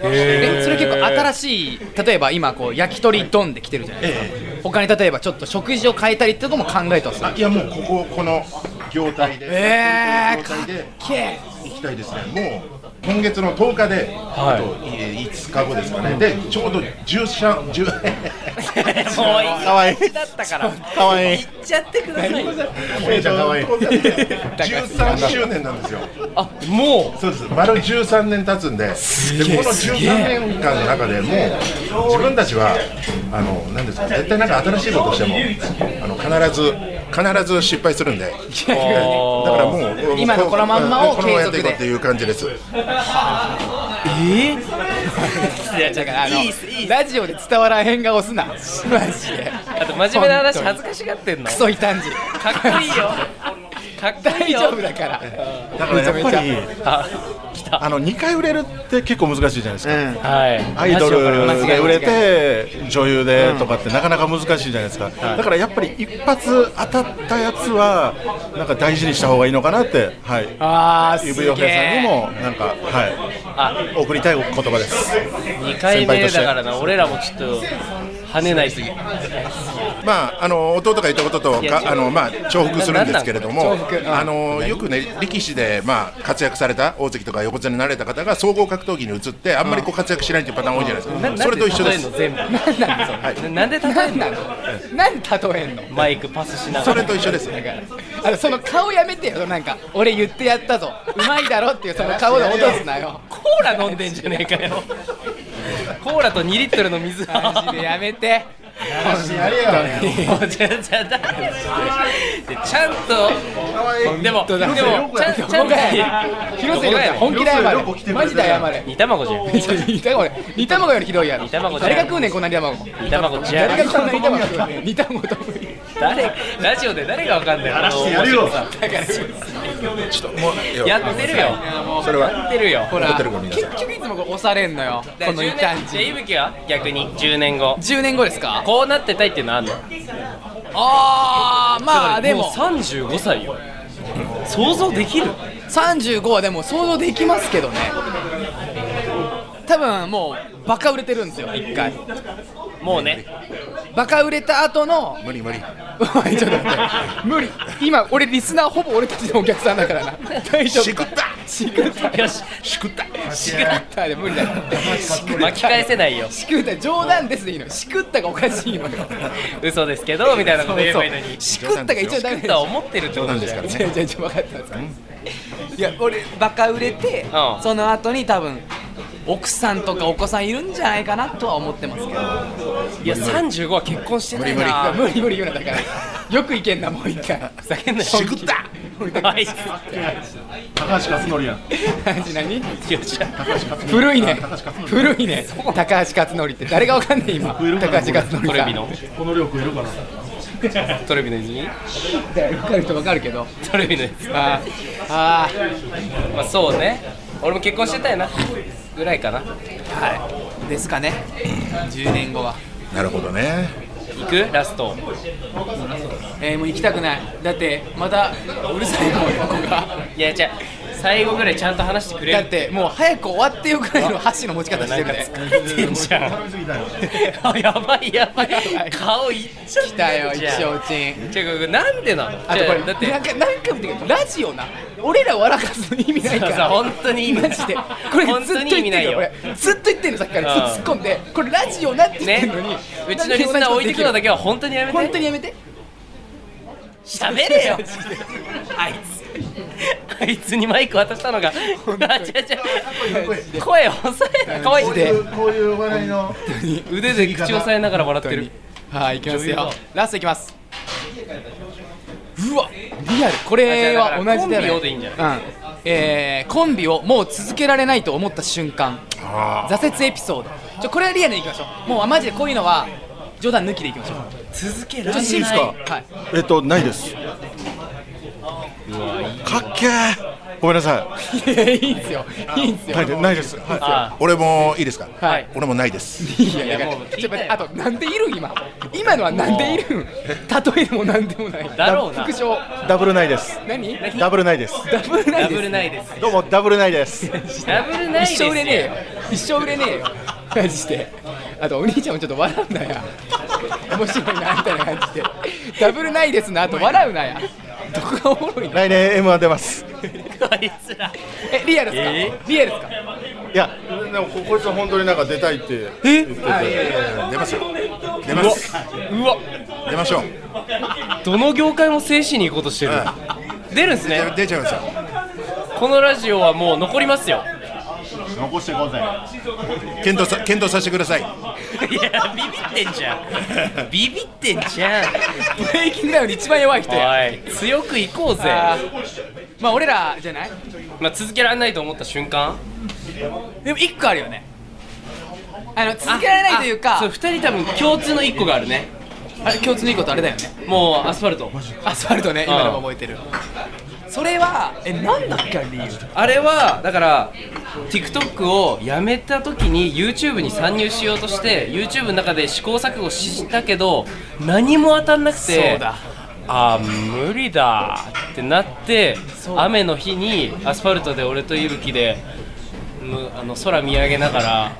[SPEAKER 1] ええそれ結構新しい例えば今こう焼き鳥ドンで来てるじゃないですか
[SPEAKER 4] え
[SPEAKER 1] 他に例えばちょっと食事を変えたりってことも考えてます
[SPEAKER 4] あいやもうこここの業態で
[SPEAKER 1] ええ
[SPEAKER 4] 業
[SPEAKER 1] かっ
[SPEAKER 4] 態で
[SPEAKER 1] けえ
[SPEAKER 4] 行きたいですねもう今月の10日で、あとえー5日後ですかねでちょうど10社10
[SPEAKER 2] <laughs> もういい
[SPEAKER 3] かわいい
[SPEAKER 2] だったから
[SPEAKER 3] かわいい
[SPEAKER 2] 言っちゃってくださいよ
[SPEAKER 4] えーと13周年なんですよ
[SPEAKER 2] あも
[SPEAKER 4] そうです丸13年経つんででこの13年間の中でもう自分たちはあの何ですか絶対なんか新しいことをしてもあの必ず必ず失敗するんでだからもう
[SPEAKER 1] 今のこのまんまを
[SPEAKER 4] このままやってい
[SPEAKER 1] 継続
[SPEAKER 4] こう
[SPEAKER 1] で
[SPEAKER 4] っていう感じです
[SPEAKER 2] うえっいや
[SPEAKER 1] だからあの
[SPEAKER 2] いいっすいいっす
[SPEAKER 1] ラジオで伝わらへんが押すなマジで
[SPEAKER 2] あと真面目な話
[SPEAKER 1] 本当に
[SPEAKER 2] 恥ずかしがってんの
[SPEAKER 1] クソ異端児
[SPEAKER 2] かっこいいよかっこい
[SPEAKER 1] 大
[SPEAKER 2] いよ
[SPEAKER 1] 丈夫だから
[SPEAKER 3] だからやっぱり
[SPEAKER 2] あ来た
[SPEAKER 3] あの2回売れるって結構難しいじゃないですか、
[SPEAKER 2] はい
[SPEAKER 3] アイドルで売れ
[SPEAKER 1] 間
[SPEAKER 3] て女優でとかってなかなか難しいじゃないですか、だからやっぱり一発当たったやつはなんか大事にした方がいいのかなってはい
[SPEAKER 1] ああす
[SPEAKER 3] イ
[SPEAKER 1] げ
[SPEAKER 3] ブヨヘさんに
[SPEAKER 1] え
[SPEAKER 3] もなんかは
[SPEAKER 2] あ
[SPEAKER 3] い送りたい言葉です
[SPEAKER 2] 2回目だからな俺らもちょっと跳ねないと
[SPEAKER 4] まあ、あの弟がいとことと
[SPEAKER 2] いや
[SPEAKER 4] かあの、まあ、重複するんですけれども
[SPEAKER 1] ななんなんこれ重複う、ん
[SPEAKER 4] あのよくね、力士で、まあ、活躍された大関とか横綱になられた方が総合格闘技に移って、あんまりこう活躍しないというパターン多いじゃないですか、それと一緒で
[SPEAKER 2] な。
[SPEAKER 4] す
[SPEAKER 2] んで例えんの
[SPEAKER 1] 何なんです
[SPEAKER 4] は
[SPEAKER 2] 全
[SPEAKER 4] い
[SPEAKER 2] 部ななんで例えん
[SPEAKER 1] な
[SPEAKER 4] <laughs>
[SPEAKER 2] の
[SPEAKER 1] の何例えんの
[SPEAKER 2] マイクパスしながら
[SPEAKER 4] それと一緒です。
[SPEAKER 1] だからあのその顔やめてよなんか俺言ってやったぞうまいだろっていうその顔で落とすなよ
[SPEAKER 2] コーラ飲んでんじゃねえかよコーラと2リットルの水
[SPEAKER 1] マジでやめて
[SPEAKER 3] やれや
[SPEAKER 2] いやちゃちゃだでちゃんとでもで
[SPEAKER 1] だ
[SPEAKER 2] もちゃんちゃん
[SPEAKER 1] どこがや
[SPEAKER 2] と
[SPEAKER 1] 広瀬涼子本気で謝れマジで謝れ
[SPEAKER 2] 煮卵じゃん
[SPEAKER 1] ちょ煮卵より煮卵よりひどいやろ
[SPEAKER 2] 煮卵じゃん
[SPEAKER 1] 誰が食うねんこんな煮卵
[SPEAKER 2] 煮卵じゃ
[SPEAKER 1] 誰が
[SPEAKER 2] ん
[SPEAKER 1] そんな煮卵食うねん煮卵と
[SPEAKER 2] 誰ラジオで誰がわかんないやら
[SPEAKER 3] してやるよ
[SPEAKER 4] ちょっともういや
[SPEAKER 2] やってるよ
[SPEAKER 4] それ
[SPEAKER 2] や
[SPEAKER 4] は
[SPEAKER 2] ってるよ
[SPEAKER 1] ほら
[SPEAKER 4] ホテルごめんなさい
[SPEAKER 1] 結局いつもこれ押されんのよ
[SPEAKER 2] だ
[SPEAKER 1] こ
[SPEAKER 2] から
[SPEAKER 1] の
[SPEAKER 2] 10
[SPEAKER 1] 異端
[SPEAKER 2] 年じゃあ
[SPEAKER 1] 児
[SPEAKER 2] いぶきは逆に10年後
[SPEAKER 1] 10年後ですか
[SPEAKER 2] こうなってたいっていうのあんの
[SPEAKER 1] ああまあで
[SPEAKER 2] う
[SPEAKER 1] も
[SPEAKER 2] 35歳よ想像できる
[SPEAKER 1] 35はでも想像できますけどね多分もうバカ売れてるんですよ一回
[SPEAKER 2] もうね
[SPEAKER 1] バカ売れた後の <laughs>
[SPEAKER 4] 無理無理。
[SPEAKER 1] おいちょっと待って無理今俺リスナーほぼ俺たちのお客さんだからな大丈夫
[SPEAKER 4] しくった
[SPEAKER 1] シクータ
[SPEAKER 2] よし
[SPEAKER 4] しくった
[SPEAKER 1] シクータで無理だよ
[SPEAKER 2] 巻き返せないよ
[SPEAKER 1] シクータ冗談ですでいいのシクータがおかしいのよ
[SPEAKER 2] 嘘ですけどみたいなこと言えばいいのに
[SPEAKER 1] シクータが一応ダメ
[SPEAKER 2] とは
[SPEAKER 1] だ
[SPEAKER 2] 思ってるってこと
[SPEAKER 4] なんで
[SPEAKER 2] じ
[SPEAKER 4] す
[SPEAKER 2] ゃ
[SPEAKER 4] か
[SPEAKER 2] ん
[SPEAKER 4] ら
[SPEAKER 1] じゃ
[SPEAKER 4] ね。
[SPEAKER 1] じゃじゃ分かったんですか <laughs> いや俺バカ売れて、
[SPEAKER 2] うん
[SPEAKER 1] その後に多分奥さんとかお子さんいるんじゃないかなとは思ってますけど
[SPEAKER 2] いや35は結婚してない
[SPEAKER 4] 無理
[SPEAKER 2] な
[SPEAKER 1] 無理無理言うなだからよくいけんなもう一回
[SPEAKER 2] ふざけんなよ
[SPEAKER 4] しくった
[SPEAKER 2] はい
[SPEAKER 3] 高橋克典やん
[SPEAKER 1] 何何
[SPEAKER 2] よっしゃ
[SPEAKER 1] 古いね古いね高橋克典って誰がわかんない今高
[SPEAKER 3] 古いな
[SPEAKER 1] 橋克典
[SPEAKER 2] ト
[SPEAKER 1] さ
[SPEAKER 2] レ
[SPEAKER 1] ん
[SPEAKER 2] ビの
[SPEAKER 3] この量食えるかな
[SPEAKER 2] トレビの泉
[SPEAKER 1] 分かる人わかるけど
[SPEAKER 2] トレビの泉
[SPEAKER 1] あーあ
[SPEAKER 2] まあそうね俺も結婚してたいなぐらいかな
[SPEAKER 1] ーはいですかね10年後は
[SPEAKER 4] なるほどね。
[SPEAKER 2] 行くラスト
[SPEAKER 1] えー、もう行きたくないだってまたうるさいもん横が
[SPEAKER 2] いやじゃあ最後ぐらいちゃんと話してくれ
[SPEAKER 1] だ
[SPEAKER 2] る
[SPEAKER 1] ってもう早く終わってよくらいの箸の持ち方して
[SPEAKER 2] なん
[SPEAKER 1] る
[SPEAKER 2] か
[SPEAKER 1] ね
[SPEAKER 2] 疲れてんじゃん <laughs> あやばいやばい顔いっちゃって
[SPEAKER 1] 来たよ
[SPEAKER 2] る
[SPEAKER 1] 一
[SPEAKER 2] じゃん
[SPEAKER 1] 応ちん
[SPEAKER 2] じゃあこれなんでなの
[SPEAKER 1] あとこれ
[SPEAKER 2] じゃあだって
[SPEAKER 1] なんか何回も言ってるけどラジオな俺ら笑かすの意味ないか
[SPEAKER 2] そうそう
[SPEAKER 1] ら
[SPEAKER 2] 本当に意味ない
[SPEAKER 1] マジでこれ
[SPEAKER 2] 本
[SPEAKER 1] ずっ
[SPEAKER 2] 当
[SPEAKER 1] と
[SPEAKER 2] に
[SPEAKER 1] 言
[SPEAKER 2] 意
[SPEAKER 1] って
[SPEAKER 2] 味な
[SPEAKER 1] る
[SPEAKER 2] いよ
[SPEAKER 1] よ俺ずっと言ってるのさっきから
[SPEAKER 2] うん
[SPEAKER 1] ずっと突っ込んでこれラジオなって言って
[SPEAKER 2] ね
[SPEAKER 1] るのに、
[SPEAKER 2] うちのリスナー置いてくのだ
[SPEAKER 1] け
[SPEAKER 2] けは本当にやめ
[SPEAKER 1] 本当
[SPEAKER 2] て
[SPEAKER 1] にやめて
[SPEAKER 2] 喋れよあいつあいつにマイク渡したのがあ違う違う声抑えないかわい
[SPEAKER 1] マ
[SPEAKER 2] い
[SPEAKER 1] ジで
[SPEAKER 3] こういう笑いの
[SPEAKER 2] 腕で口押さえながら笑ってる
[SPEAKER 1] はい行きます
[SPEAKER 2] 女優
[SPEAKER 1] よ
[SPEAKER 2] だ
[SPEAKER 1] ラストいきますうわリアルこれは同じだ
[SPEAKER 2] あじゃあだからコンビ
[SPEAKER 1] よ
[SPEAKER 2] をでいいんじゃな
[SPEAKER 1] うんえーコンビをもう続けられないと思った瞬間
[SPEAKER 4] あ
[SPEAKER 1] 挫折エピソードちょこれはリアルにいきましょうもうマジでこういうのは冗談抜きでいきましょう
[SPEAKER 2] 続けら
[SPEAKER 1] ちょっと
[SPEAKER 2] れ
[SPEAKER 1] 静
[SPEAKER 2] な
[SPEAKER 1] か
[SPEAKER 2] い
[SPEAKER 1] はい
[SPEAKER 3] えっとないです
[SPEAKER 4] かっけー。ごめんなさ
[SPEAKER 1] いやいいんですよ。いいんです
[SPEAKER 4] い。
[SPEAKER 1] よ。
[SPEAKER 4] ないでないです。は
[SPEAKER 2] あ
[SPEAKER 4] い。俺もいいですか。
[SPEAKER 1] はい。
[SPEAKER 4] 俺もないです。
[SPEAKER 1] いやいや
[SPEAKER 2] いやもう
[SPEAKER 1] ちょっと待ってあとなんでいるん今。今のはなんでいるん。例えでもなんでもない。
[SPEAKER 2] だろうな
[SPEAKER 1] 副賞。
[SPEAKER 5] ダブルないです。
[SPEAKER 1] 何？
[SPEAKER 5] ダブルないです。
[SPEAKER 1] ダブルな
[SPEAKER 2] ダ
[SPEAKER 1] い
[SPEAKER 2] ブ
[SPEAKER 1] で。
[SPEAKER 2] ルないです
[SPEAKER 5] どうもダブルないです。
[SPEAKER 2] ダブルないですす
[SPEAKER 1] 一生
[SPEAKER 2] よ
[SPEAKER 1] 売れねえよ。一生売れねえよ。マジで。あとお兄ちゃんもちょっと笑うなや。面白いなみたいな感じで。ダブルないですなあと笑うなや。どこがおもろいの？
[SPEAKER 5] 来年 M1 出ます。
[SPEAKER 2] あいつら
[SPEAKER 1] えリアルですか？リアルですか？
[SPEAKER 5] いや、
[SPEAKER 3] でもここいつは本当になんか出たいって言ってて
[SPEAKER 4] 出ますよ。出ます。
[SPEAKER 2] うわ
[SPEAKER 4] 出ましょう。
[SPEAKER 2] どの業界も静止に行こうとしてる
[SPEAKER 4] は
[SPEAKER 2] 出るんすね
[SPEAKER 4] い。出ちゃいますよ。
[SPEAKER 2] このラジオはもう残りますよ
[SPEAKER 3] 残していこうぜ
[SPEAKER 4] 検討さ検討させてください。
[SPEAKER 2] <laughs> いやビビってんじゃ <laughs> んビビってんじゃん
[SPEAKER 1] ブレイキングダウンで一番弱い人や。
[SPEAKER 2] おい強く行こうぜ
[SPEAKER 1] あーまあ俺らじゃない？
[SPEAKER 2] まあ、続けられないと思った瞬間
[SPEAKER 1] でも一個あるよねあの続けられないというか
[SPEAKER 2] あそう2人多分共通の1個があるね
[SPEAKER 1] あれ共通のいいことあれだよね
[SPEAKER 2] もうアスファルト
[SPEAKER 1] アスファルトね今でも覚えてるそれはえなんだっけあれ理由
[SPEAKER 2] あれはだから TikTok をやめた時に YouTube に参入しようとして YouTube の中で試行錯誤したけど何も当たんなくて
[SPEAKER 1] そうだ
[SPEAKER 2] あー無理だってなって雨の日にアスファルトで俺と伊吹でむあの空見上げながら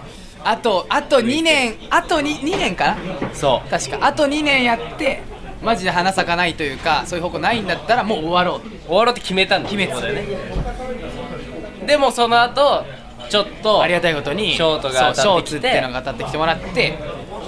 [SPEAKER 1] あとあと2年あと 2, 2年かな
[SPEAKER 2] そう
[SPEAKER 1] 確かあと2年やってマジで花咲かないというかそういう方向ないんだったらもう終わろうって
[SPEAKER 2] 終わろうって決めたんだ
[SPEAKER 1] 決めて
[SPEAKER 2] こ
[SPEAKER 1] た
[SPEAKER 2] こでねでもその後ちょっと
[SPEAKER 1] ありがたいことに
[SPEAKER 2] ショートが
[SPEAKER 1] そう
[SPEAKER 2] 当たってきて
[SPEAKER 1] ショーツっていうのが当たってきてもらって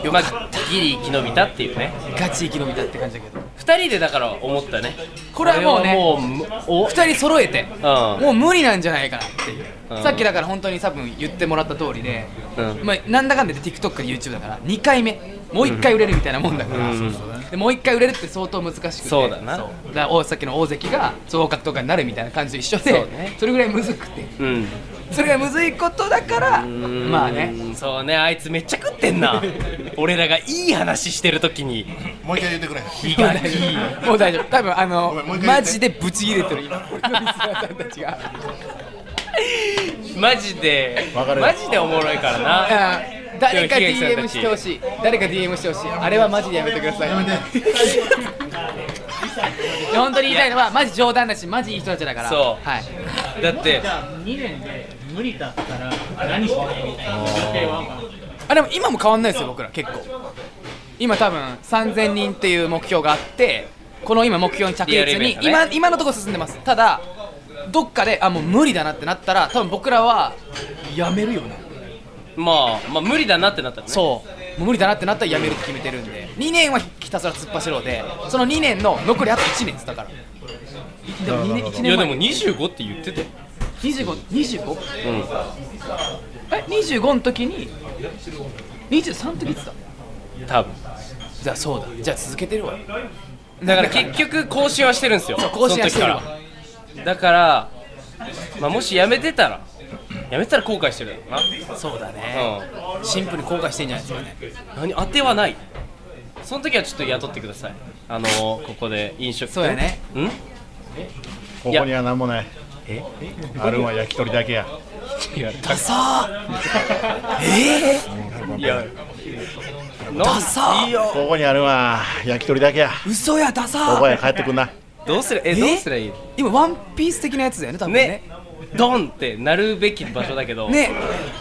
[SPEAKER 1] よ
[SPEAKER 2] ま
[SPEAKER 1] かっ
[SPEAKER 2] あ、ギリ生き延びたっていうね
[SPEAKER 1] たガチ生き延びたって感じだけど
[SPEAKER 2] 2人でだから思ったね
[SPEAKER 1] これはもうね
[SPEAKER 2] これはもうお
[SPEAKER 1] 2人揃えて
[SPEAKER 2] うん
[SPEAKER 1] もう無理なんじゃないかなっていう
[SPEAKER 2] うん
[SPEAKER 1] さっきだから本当に多分言ってもらった通りで
[SPEAKER 2] うん
[SPEAKER 1] まあ、なんだかんだで TikTok か YouTube だから2回目もう1回売れるみたいなもんだから、
[SPEAKER 2] うん
[SPEAKER 1] でもう1回売れるって相当難しくて
[SPEAKER 2] そうだな
[SPEAKER 1] だからおさっきの大関が総格とかになるみたいな感じと一緒で
[SPEAKER 2] そうね
[SPEAKER 1] れぐらいむずくて
[SPEAKER 2] うん
[SPEAKER 1] それがむずいことだからまあね
[SPEAKER 2] うんそうねあいつめっちゃ食ってん
[SPEAKER 1] <laughs>
[SPEAKER 2] な俺らがいい話してる時に
[SPEAKER 4] もう一回言ってくれ
[SPEAKER 2] 気が利
[SPEAKER 1] もう大丈夫多分あの
[SPEAKER 4] ごめんもう一回言っ
[SPEAKER 1] マ
[SPEAKER 4] て
[SPEAKER 1] ジでブチ切れてる今リスナーさんたちが
[SPEAKER 2] マジで
[SPEAKER 4] わかる
[SPEAKER 2] マジでおもろいから
[SPEAKER 1] い
[SPEAKER 2] な
[SPEAKER 1] や誰か
[SPEAKER 2] でもひげさん
[SPEAKER 1] DM
[SPEAKER 2] たち
[SPEAKER 1] してほしい誰か DM してほしいあれはマジでやめてください
[SPEAKER 4] やめて
[SPEAKER 1] いや本当に言いたいのはマジ冗談だしマジいい人たちだから
[SPEAKER 2] そう
[SPEAKER 1] はい
[SPEAKER 2] だって
[SPEAKER 6] 2年で無理だったら何してないみたいな予定は
[SPEAKER 1] あでも今も変わんないですよ僕ら結構今多分3000人っていう目標があってこの今目標に着
[SPEAKER 2] リアルイ
[SPEAKER 1] 実
[SPEAKER 2] ベン
[SPEAKER 1] に、
[SPEAKER 2] トね
[SPEAKER 1] 今今のところ進んでますただどっかであもう無理だなってなったら多分僕らはやめるよね
[SPEAKER 2] まあまあ無理だなってなったらね
[SPEAKER 1] そうもう無理だなってなったらやめるって決めてるんで2年はひたすら突っ走ろうでその2年の残りあと1年ですだからいでも2年1年
[SPEAKER 2] いやで
[SPEAKER 1] 前
[SPEAKER 2] も25って言ってたよ
[SPEAKER 1] 25?25?
[SPEAKER 2] うん
[SPEAKER 1] え25の時に23の時って言ってた
[SPEAKER 2] 多分
[SPEAKER 1] じゃあそうだじゃあ続けてるわよ
[SPEAKER 2] だから結局更新はしてるんですよ
[SPEAKER 1] そう更新はしてるわ
[SPEAKER 2] その時からだから、まあ、もし辞めてたら辞めてたら後悔してるだろうな
[SPEAKER 1] そうだね、シンプルに後悔してんじゃないですかね
[SPEAKER 2] 何当てはないその時はちょっと雇ってくださいあのー、ここで飲食
[SPEAKER 1] そうやね
[SPEAKER 2] うん
[SPEAKER 3] ここには何もないあるんは焼き鳥だけや
[SPEAKER 1] ダサーえ
[SPEAKER 2] いや
[SPEAKER 1] ダサー
[SPEAKER 2] いいよ
[SPEAKER 3] ここにあるんは焼き鳥だけや
[SPEAKER 1] ー嘘やダ
[SPEAKER 3] こ
[SPEAKER 1] サ
[SPEAKER 3] こ
[SPEAKER 1] ー
[SPEAKER 3] へ帰ってくんな
[SPEAKER 2] どうすりゃえ
[SPEAKER 1] え
[SPEAKER 2] どうすりゃいい
[SPEAKER 1] 今ワンピース的なやつだよね多分
[SPEAKER 2] ね
[SPEAKER 1] ね
[SPEAKER 2] ドンってなるべき場所だけど、
[SPEAKER 1] ね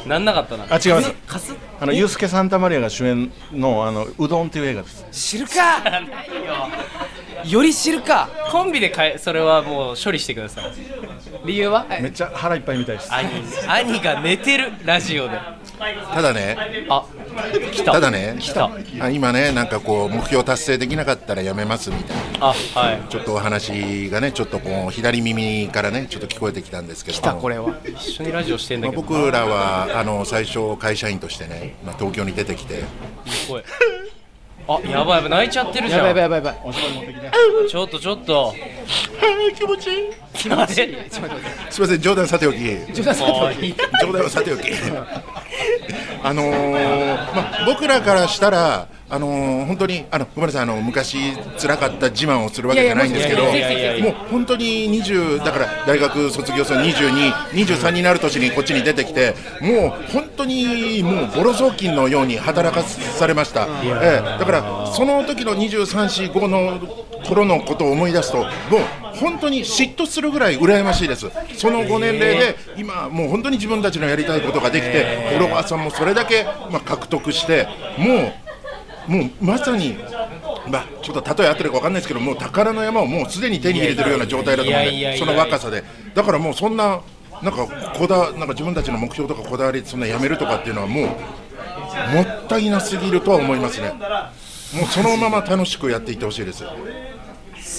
[SPEAKER 2] なんなかったな
[SPEAKER 3] あ違います
[SPEAKER 2] かす
[SPEAKER 3] あのユースケ・サンタマリアが主演のあのうどんっていう映画です
[SPEAKER 1] 知るかより知るか
[SPEAKER 2] コンビでかえそれはもう処理してください
[SPEAKER 1] 理由は
[SPEAKER 3] めっちゃ腹いっぱいみたいです
[SPEAKER 2] 兄兄が寝てるラジオで
[SPEAKER 4] ただね
[SPEAKER 2] あ来た
[SPEAKER 4] ただね
[SPEAKER 2] 来た
[SPEAKER 4] あ今ねなんかこう目標達成できなかったらやめますみたい
[SPEAKER 2] あ
[SPEAKER 4] な
[SPEAKER 2] はい
[SPEAKER 4] ちょっとお話がねちょっとこう左耳からねちょっと聞こえてきたんですけども
[SPEAKER 1] 来たこれは
[SPEAKER 2] 一緒にラジオしてんだ
[SPEAKER 4] まあ、
[SPEAKER 2] けど、
[SPEAKER 4] 僕らはあの最初会社員としてね、まあ、東京に出てきて
[SPEAKER 2] 声あやばいやばい泣いちゃってるじゃん
[SPEAKER 1] やばいやばいやばいやばい
[SPEAKER 2] ちょっとちょっと <laughs> 気持ちいい気持ちいい
[SPEAKER 4] すいません冗談さておき
[SPEAKER 1] 冗談さておき
[SPEAKER 4] 冗談はさておきあのーまあ、僕らからしたらあのー本当にあのごめんなさいあの昔辛かった自慢をするわけじゃないんですけど
[SPEAKER 2] いやいやいやいや
[SPEAKER 4] もう本当に20だから大学卒業する2223になる年にこっちに出てきてもう本当にもうボロ雑巾のように働かされました、ええだからその時の2345の頃のことを思い出すともう本当に嫉妬するぐらい羨ましいですその5年齢で今もう本当に自分たちのやりたいことができてフォロワーさんもそれだけまあ獲得してもうもうまさに、まあ、ちょっと例え合ってるか分かんないですけど、もう宝の山をもうすでに手に入れてるような状態だと思う
[SPEAKER 2] いや
[SPEAKER 4] ん
[SPEAKER 2] いやいやいや
[SPEAKER 4] で、その若さで、だからもうそんな、なんかこだなんか自分たちの目標とかこだわり、そんなやめるとかっていうのは、もうもったいなすぎるとは思いますね。もうそのまま楽しくやっていってほしいです。もう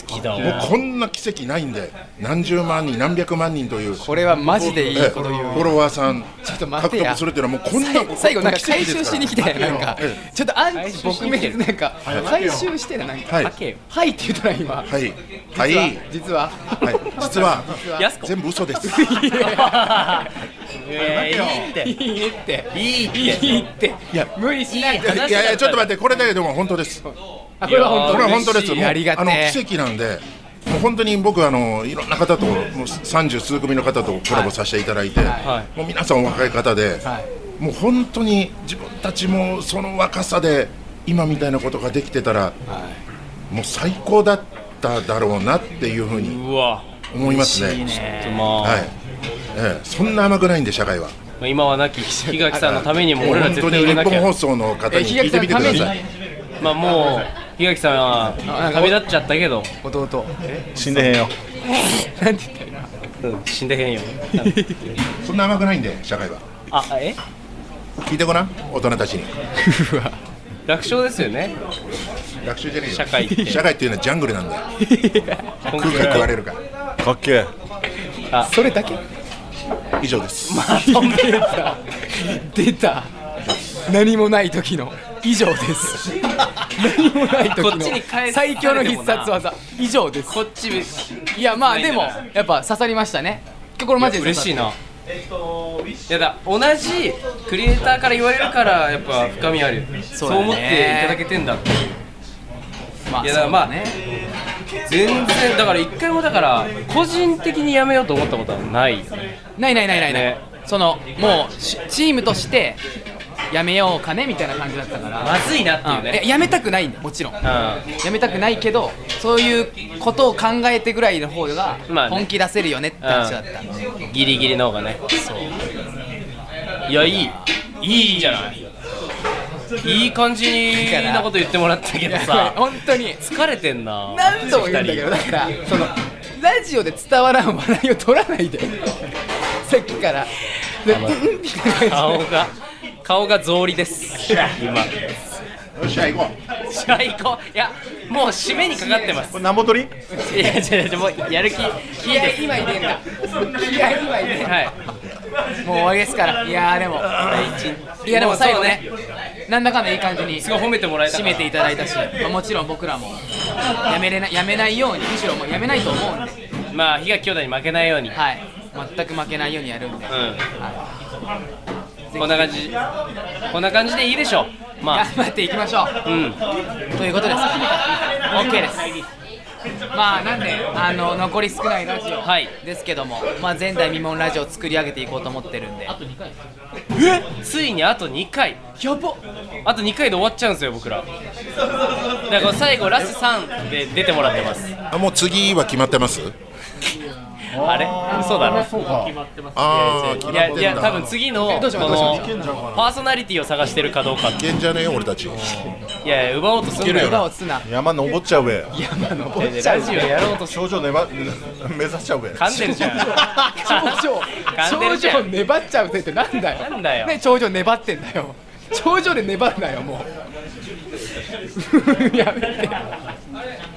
[SPEAKER 2] 好きだわ
[SPEAKER 4] こんな奇跡ないんで、何十万人、何百万人という。
[SPEAKER 1] これはマジでいい
[SPEAKER 4] ええ
[SPEAKER 1] こ
[SPEAKER 4] フ
[SPEAKER 1] と言う
[SPEAKER 4] ォロワーさん
[SPEAKER 1] ちょっと待っ
[SPEAKER 4] 獲
[SPEAKER 1] てや
[SPEAKER 4] 得するっていうのはもうこんな
[SPEAKER 1] さい最後なんか
[SPEAKER 4] 奇跡
[SPEAKER 1] 回
[SPEAKER 4] ですら
[SPEAKER 1] 収しに来てなんか
[SPEAKER 4] え
[SPEAKER 1] ちょっとアンチ撲滅なんか回収してななん
[SPEAKER 4] え
[SPEAKER 1] か
[SPEAKER 4] はい、
[SPEAKER 2] 吐けよ
[SPEAKER 1] はいって言ったら今は
[SPEAKER 4] はい、はい、
[SPEAKER 1] 実は
[SPEAKER 4] はい、実は
[SPEAKER 2] やすこ
[SPEAKER 4] 全部
[SPEAKER 1] <laughs>
[SPEAKER 4] 嘘です。
[SPEAKER 2] いやいいって
[SPEAKER 1] いいって
[SPEAKER 2] いいって
[SPEAKER 1] いいって
[SPEAKER 4] いや
[SPEAKER 1] 無理しない
[SPEAKER 4] いやいやちょっと待ってこれだけでも本当です。こ
[SPEAKER 1] あこれは本当
[SPEAKER 4] れは本当です。
[SPEAKER 1] 嬉しい
[SPEAKER 4] もう
[SPEAKER 1] ありがて
[SPEAKER 4] あの奇
[SPEAKER 1] え
[SPEAKER 4] 跡なんで。もう本当に僕あのいろんな方ともう三十数組の方とコラボさせていただいて、
[SPEAKER 2] は
[SPEAKER 4] もう皆さんお若い方で、
[SPEAKER 1] はい
[SPEAKER 4] もう本当に自分たちもその若さで今みたいなことができてたら、もう最高だっただろうなっていうふうに
[SPEAKER 2] うわ
[SPEAKER 4] 思いますね。
[SPEAKER 2] ちょっとまあ、
[SPEAKER 4] はい、ええ、そんな甘くないんで社会は。
[SPEAKER 2] まあ、今はなき檜垣さんのためにも俺ら
[SPEAKER 4] 本
[SPEAKER 2] 絶
[SPEAKER 4] 当
[SPEAKER 2] 対
[SPEAKER 4] に
[SPEAKER 2] 売れ
[SPEAKER 4] 日
[SPEAKER 2] なき
[SPEAKER 4] 本
[SPEAKER 2] ゃ
[SPEAKER 4] 放送の方
[SPEAKER 1] え
[SPEAKER 4] に聞いてみてください。
[SPEAKER 2] まあもう檜垣さんは旅立っちゃったけど
[SPEAKER 1] 弟
[SPEAKER 5] 死んでへんよ
[SPEAKER 2] うん死んでへんよ
[SPEAKER 4] そんな甘くないんで社会は。
[SPEAKER 2] あえ
[SPEAKER 4] 聞いてごらん大人たちに。
[SPEAKER 2] 楽勝ですよね
[SPEAKER 4] 学習じゃねえよ。
[SPEAKER 2] 社会って
[SPEAKER 4] 社会っていうのはジャングルなんだよ。
[SPEAKER 2] 今
[SPEAKER 4] 空気
[SPEAKER 2] 回
[SPEAKER 4] 食われるから。
[SPEAKER 5] かっけえ
[SPEAKER 1] それだけ
[SPEAKER 4] 以上です。
[SPEAKER 1] 出た出た何もない時の以上です何もない時
[SPEAKER 2] こっちに返
[SPEAKER 1] の
[SPEAKER 2] す
[SPEAKER 1] 最強の必殺技以上です
[SPEAKER 2] こっち
[SPEAKER 1] いやまあでもやっぱ刺さりましたね今日これマジで刺
[SPEAKER 2] 嬉
[SPEAKER 1] さっ
[SPEAKER 2] しい
[SPEAKER 1] た
[SPEAKER 2] な。やだ同じクリエイターから言われるからやっぱ深みあるよ
[SPEAKER 1] そ
[SPEAKER 2] そうう,、
[SPEAKER 1] だね
[SPEAKER 2] 思っていただけてんだって
[SPEAKER 1] まあ
[SPEAKER 2] いやだからまあ
[SPEAKER 1] そうね
[SPEAKER 2] 全然だから一回もだから個人的にやめようと思ったことはないよね
[SPEAKER 1] ないないないないない、
[SPEAKER 2] ね
[SPEAKER 1] そのもうしチームとしてやめようかねみたいな感じだったから
[SPEAKER 2] まずいなっていう
[SPEAKER 1] うんいや
[SPEAKER 2] ね
[SPEAKER 1] やめたくないんだもちろん
[SPEAKER 2] う
[SPEAKER 1] や
[SPEAKER 2] ん
[SPEAKER 1] めたくないけどそういうことを考えてぐらいの方が
[SPEAKER 2] まあね
[SPEAKER 1] 本気出せるよねって話だった、
[SPEAKER 2] ギリギリの方がねいやいいいいじゃないいい感じになこと言ってもらったけど
[SPEAKER 1] やばい
[SPEAKER 2] さ
[SPEAKER 1] 本当に
[SPEAKER 2] 疲れてんな
[SPEAKER 1] 何度も言うんだけどだからそのラジオで伝わらん笑いを取らないでさっきからでうんみたいな
[SPEAKER 2] 顔
[SPEAKER 1] 感じで
[SPEAKER 2] が顔が草履です今
[SPEAKER 4] よっしゃ行こう。
[SPEAKER 2] じゃあ行こういやもう締めにかかってます
[SPEAKER 5] これ何本取り
[SPEAKER 2] いや違う違うもうやる気気
[SPEAKER 1] 気合
[SPEAKER 2] で
[SPEAKER 1] い今入れんだ気合い今入れんだ
[SPEAKER 2] はい
[SPEAKER 1] もう終わりです
[SPEAKER 2] <laughs>
[SPEAKER 1] からいやーでもいやでも最後ねなんだかんだいい感じに
[SPEAKER 2] すごい褒めてもらえた
[SPEAKER 1] 締
[SPEAKER 2] から
[SPEAKER 1] めていただいた
[SPEAKER 2] <laughs>
[SPEAKER 1] し、まあもちろん僕らもやめれなやめないようにむしろもうやめないと思うんで、
[SPEAKER 2] まあ日垣兄弟に負けないように、
[SPEAKER 1] はい、全く負けないようにやるんで、
[SPEAKER 2] うんこんな感じこんな感じでいいでしょうま
[SPEAKER 1] 頑
[SPEAKER 2] あ
[SPEAKER 1] 張っていきましょう。
[SPEAKER 2] うん
[SPEAKER 1] ということです。OK です。まあなんであの残り少ないラジオ
[SPEAKER 2] はい
[SPEAKER 1] ですけども、まあ前代未聞ラジオを作り上げていこうと思ってるんで。
[SPEAKER 2] ついにあと2回
[SPEAKER 1] やば。
[SPEAKER 2] あと2回で終わっちゃうんですよ僕らだからこの最後ラス3で出てもらってます
[SPEAKER 4] あもう次は決まってます。
[SPEAKER 2] あれ嘘だろ
[SPEAKER 3] そうか
[SPEAKER 4] ああ決
[SPEAKER 2] い
[SPEAKER 4] ま
[SPEAKER 2] や
[SPEAKER 4] っ
[SPEAKER 2] い
[SPEAKER 4] て
[SPEAKER 2] や
[SPEAKER 4] ん
[SPEAKER 2] 多分
[SPEAKER 4] だ。
[SPEAKER 2] 次のこ
[SPEAKER 1] どう
[SPEAKER 2] の
[SPEAKER 1] しますどうし
[SPEAKER 2] パーソナリティを探してるかどうかって
[SPEAKER 4] いけんじゃねえよ俺た
[SPEAKER 2] い
[SPEAKER 4] ち。
[SPEAKER 2] やいや奪おうとすんなよ
[SPEAKER 1] 裏をつな。
[SPEAKER 5] 山登っちゃうべ
[SPEAKER 2] ラ
[SPEAKER 1] <laughs>
[SPEAKER 2] ジオやろうとす
[SPEAKER 5] 頂上ねば目指しちゃうべ
[SPEAKER 2] 噛んでるじゃん
[SPEAKER 1] 頂上
[SPEAKER 2] 噛んでるじゃ
[SPEAKER 1] 頂上
[SPEAKER 2] ん
[SPEAKER 1] 粘っちゃうぜってなんだよ
[SPEAKER 2] なんだよ
[SPEAKER 1] ね頂上粘ってんだよ頂上で粘るなよもうやめて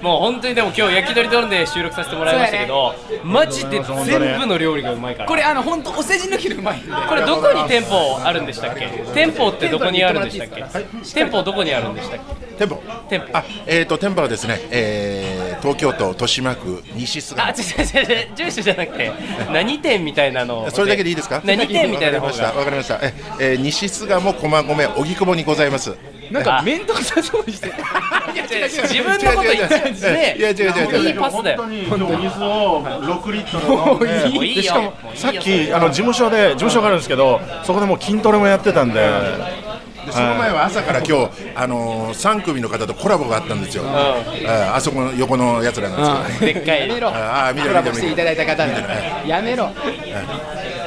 [SPEAKER 2] もう本当にでも今日焼き鳥丼で収録させてもらいましたけど、マジで全部の料理がうまいから
[SPEAKER 1] これあの本当お世辞抜きのうまいんで
[SPEAKER 2] これどこに店舗あるんでしたっけ店舗ってどこにあるんでしたっけ
[SPEAKER 1] は
[SPEAKER 2] 店舗どこにあるんでしたっ
[SPEAKER 4] 店舗。
[SPEAKER 2] け店舗
[SPEAKER 4] あえっ、ー、と店舗はですね、えー、東京都豊島区西菅
[SPEAKER 2] あ、
[SPEAKER 4] 野
[SPEAKER 2] 違。う違う違う、住所じゃなくて何店みたいなの
[SPEAKER 4] それだけでいいですか。
[SPEAKER 2] 何店みたいな方
[SPEAKER 4] わかりました。
[SPEAKER 2] が
[SPEAKER 4] わかりました。ええー、西菅野駒込荻窪にございます。
[SPEAKER 1] なんか面倒くさそうにしてるいや違う違う
[SPEAKER 2] 自分のこと言っちゃうんですね
[SPEAKER 4] いや違う違う違う違
[SPEAKER 2] い
[SPEAKER 4] う
[SPEAKER 2] いパスだよ
[SPEAKER 3] 本当に今日水を6リットル飲んで
[SPEAKER 2] もういい
[SPEAKER 5] し
[SPEAKER 2] よ
[SPEAKER 5] かも
[SPEAKER 2] もういいよ
[SPEAKER 5] さっきあの事務所で事務所があるんですけどそこでもう筋トレもやってたんで
[SPEAKER 4] でその前は朝から今日あのー、三組の方とコラボがあったんですよ。あーあそこの横のやつらなんですけどね。
[SPEAKER 2] でっかい
[SPEAKER 1] やめろ
[SPEAKER 4] ああ見
[SPEAKER 1] コ
[SPEAKER 4] てる
[SPEAKER 1] ラ
[SPEAKER 4] 見
[SPEAKER 1] ボ
[SPEAKER 4] て
[SPEAKER 1] し
[SPEAKER 4] る
[SPEAKER 1] ていただいた方
[SPEAKER 4] 見てる
[SPEAKER 1] でやめろ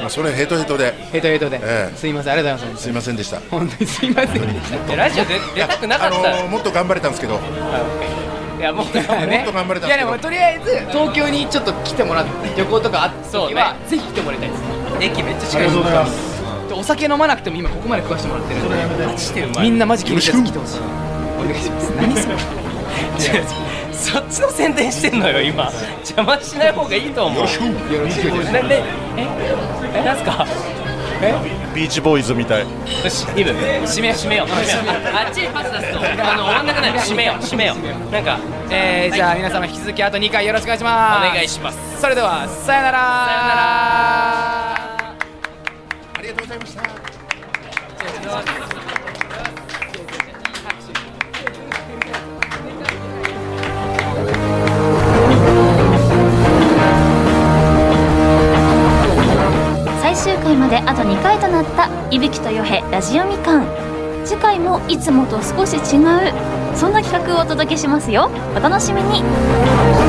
[SPEAKER 4] まあそれヘトヘトで
[SPEAKER 1] ヘトヘトで
[SPEAKER 4] ええ
[SPEAKER 1] すいませんありがとうございます
[SPEAKER 4] すいませんでした。
[SPEAKER 1] 本当にすいませんでした
[SPEAKER 2] ラジオで出たくなかっ
[SPEAKER 4] いやあの
[SPEAKER 2] た
[SPEAKER 4] ーもっと頑張れたんですけど。
[SPEAKER 2] いやも
[SPEAKER 1] ね
[SPEAKER 2] う
[SPEAKER 4] もっと頑張れたん
[SPEAKER 1] いやで
[SPEAKER 4] ですけど
[SPEAKER 1] もとりあえず東京にちょっと来てもらって旅行とかあった時は、
[SPEAKER 2] そう
[SPEAKER 1] ぜひ来てもらいたいです
[SPEAKER 2] 駅めっちゃ近
[SPEAKER 3] あり
[SPEAKER 2] い
[SPEAKER 3] がとうございます
[SPEAKER 1] お酒飲まなくても今ここまで食わしてもらってるんで
[SPEAKER 2] マジでうまい
[SPEAKER 1] みんなマジ気にして来てほしいお願いします何それ
[SPEAKER 2] 違うそっちの宣伝してんのよ今邪魔しない方がいいと思う
[SPEAKER 1] よろしくお願いしま
[SPEAKER 2] なでええなんすか
[SPEAKER 5] ビーチボーイズみたい
[SPEAKER 2] よしイブ締めよう締めよう締めようあっちにパス出すとあの終わんなくなる締めよう締めようなんか
[SPEAKER 1] す、えー、じゃあ皆様引き続きあと2回よろしくお願いし
[SPEAKER 2] お
[SPEAKER 1] ます
[SPEAKER 2] 願いします
[SPEAKER 1] それではさよならさよなら
[SPEAKER 4] ありがとうございました。
[SPEAKER 7] 最終回まであと2回となった「いびきとよへラジオみかん」次回もいつもと少し違うそんな企画をお届けしますよお楽しみに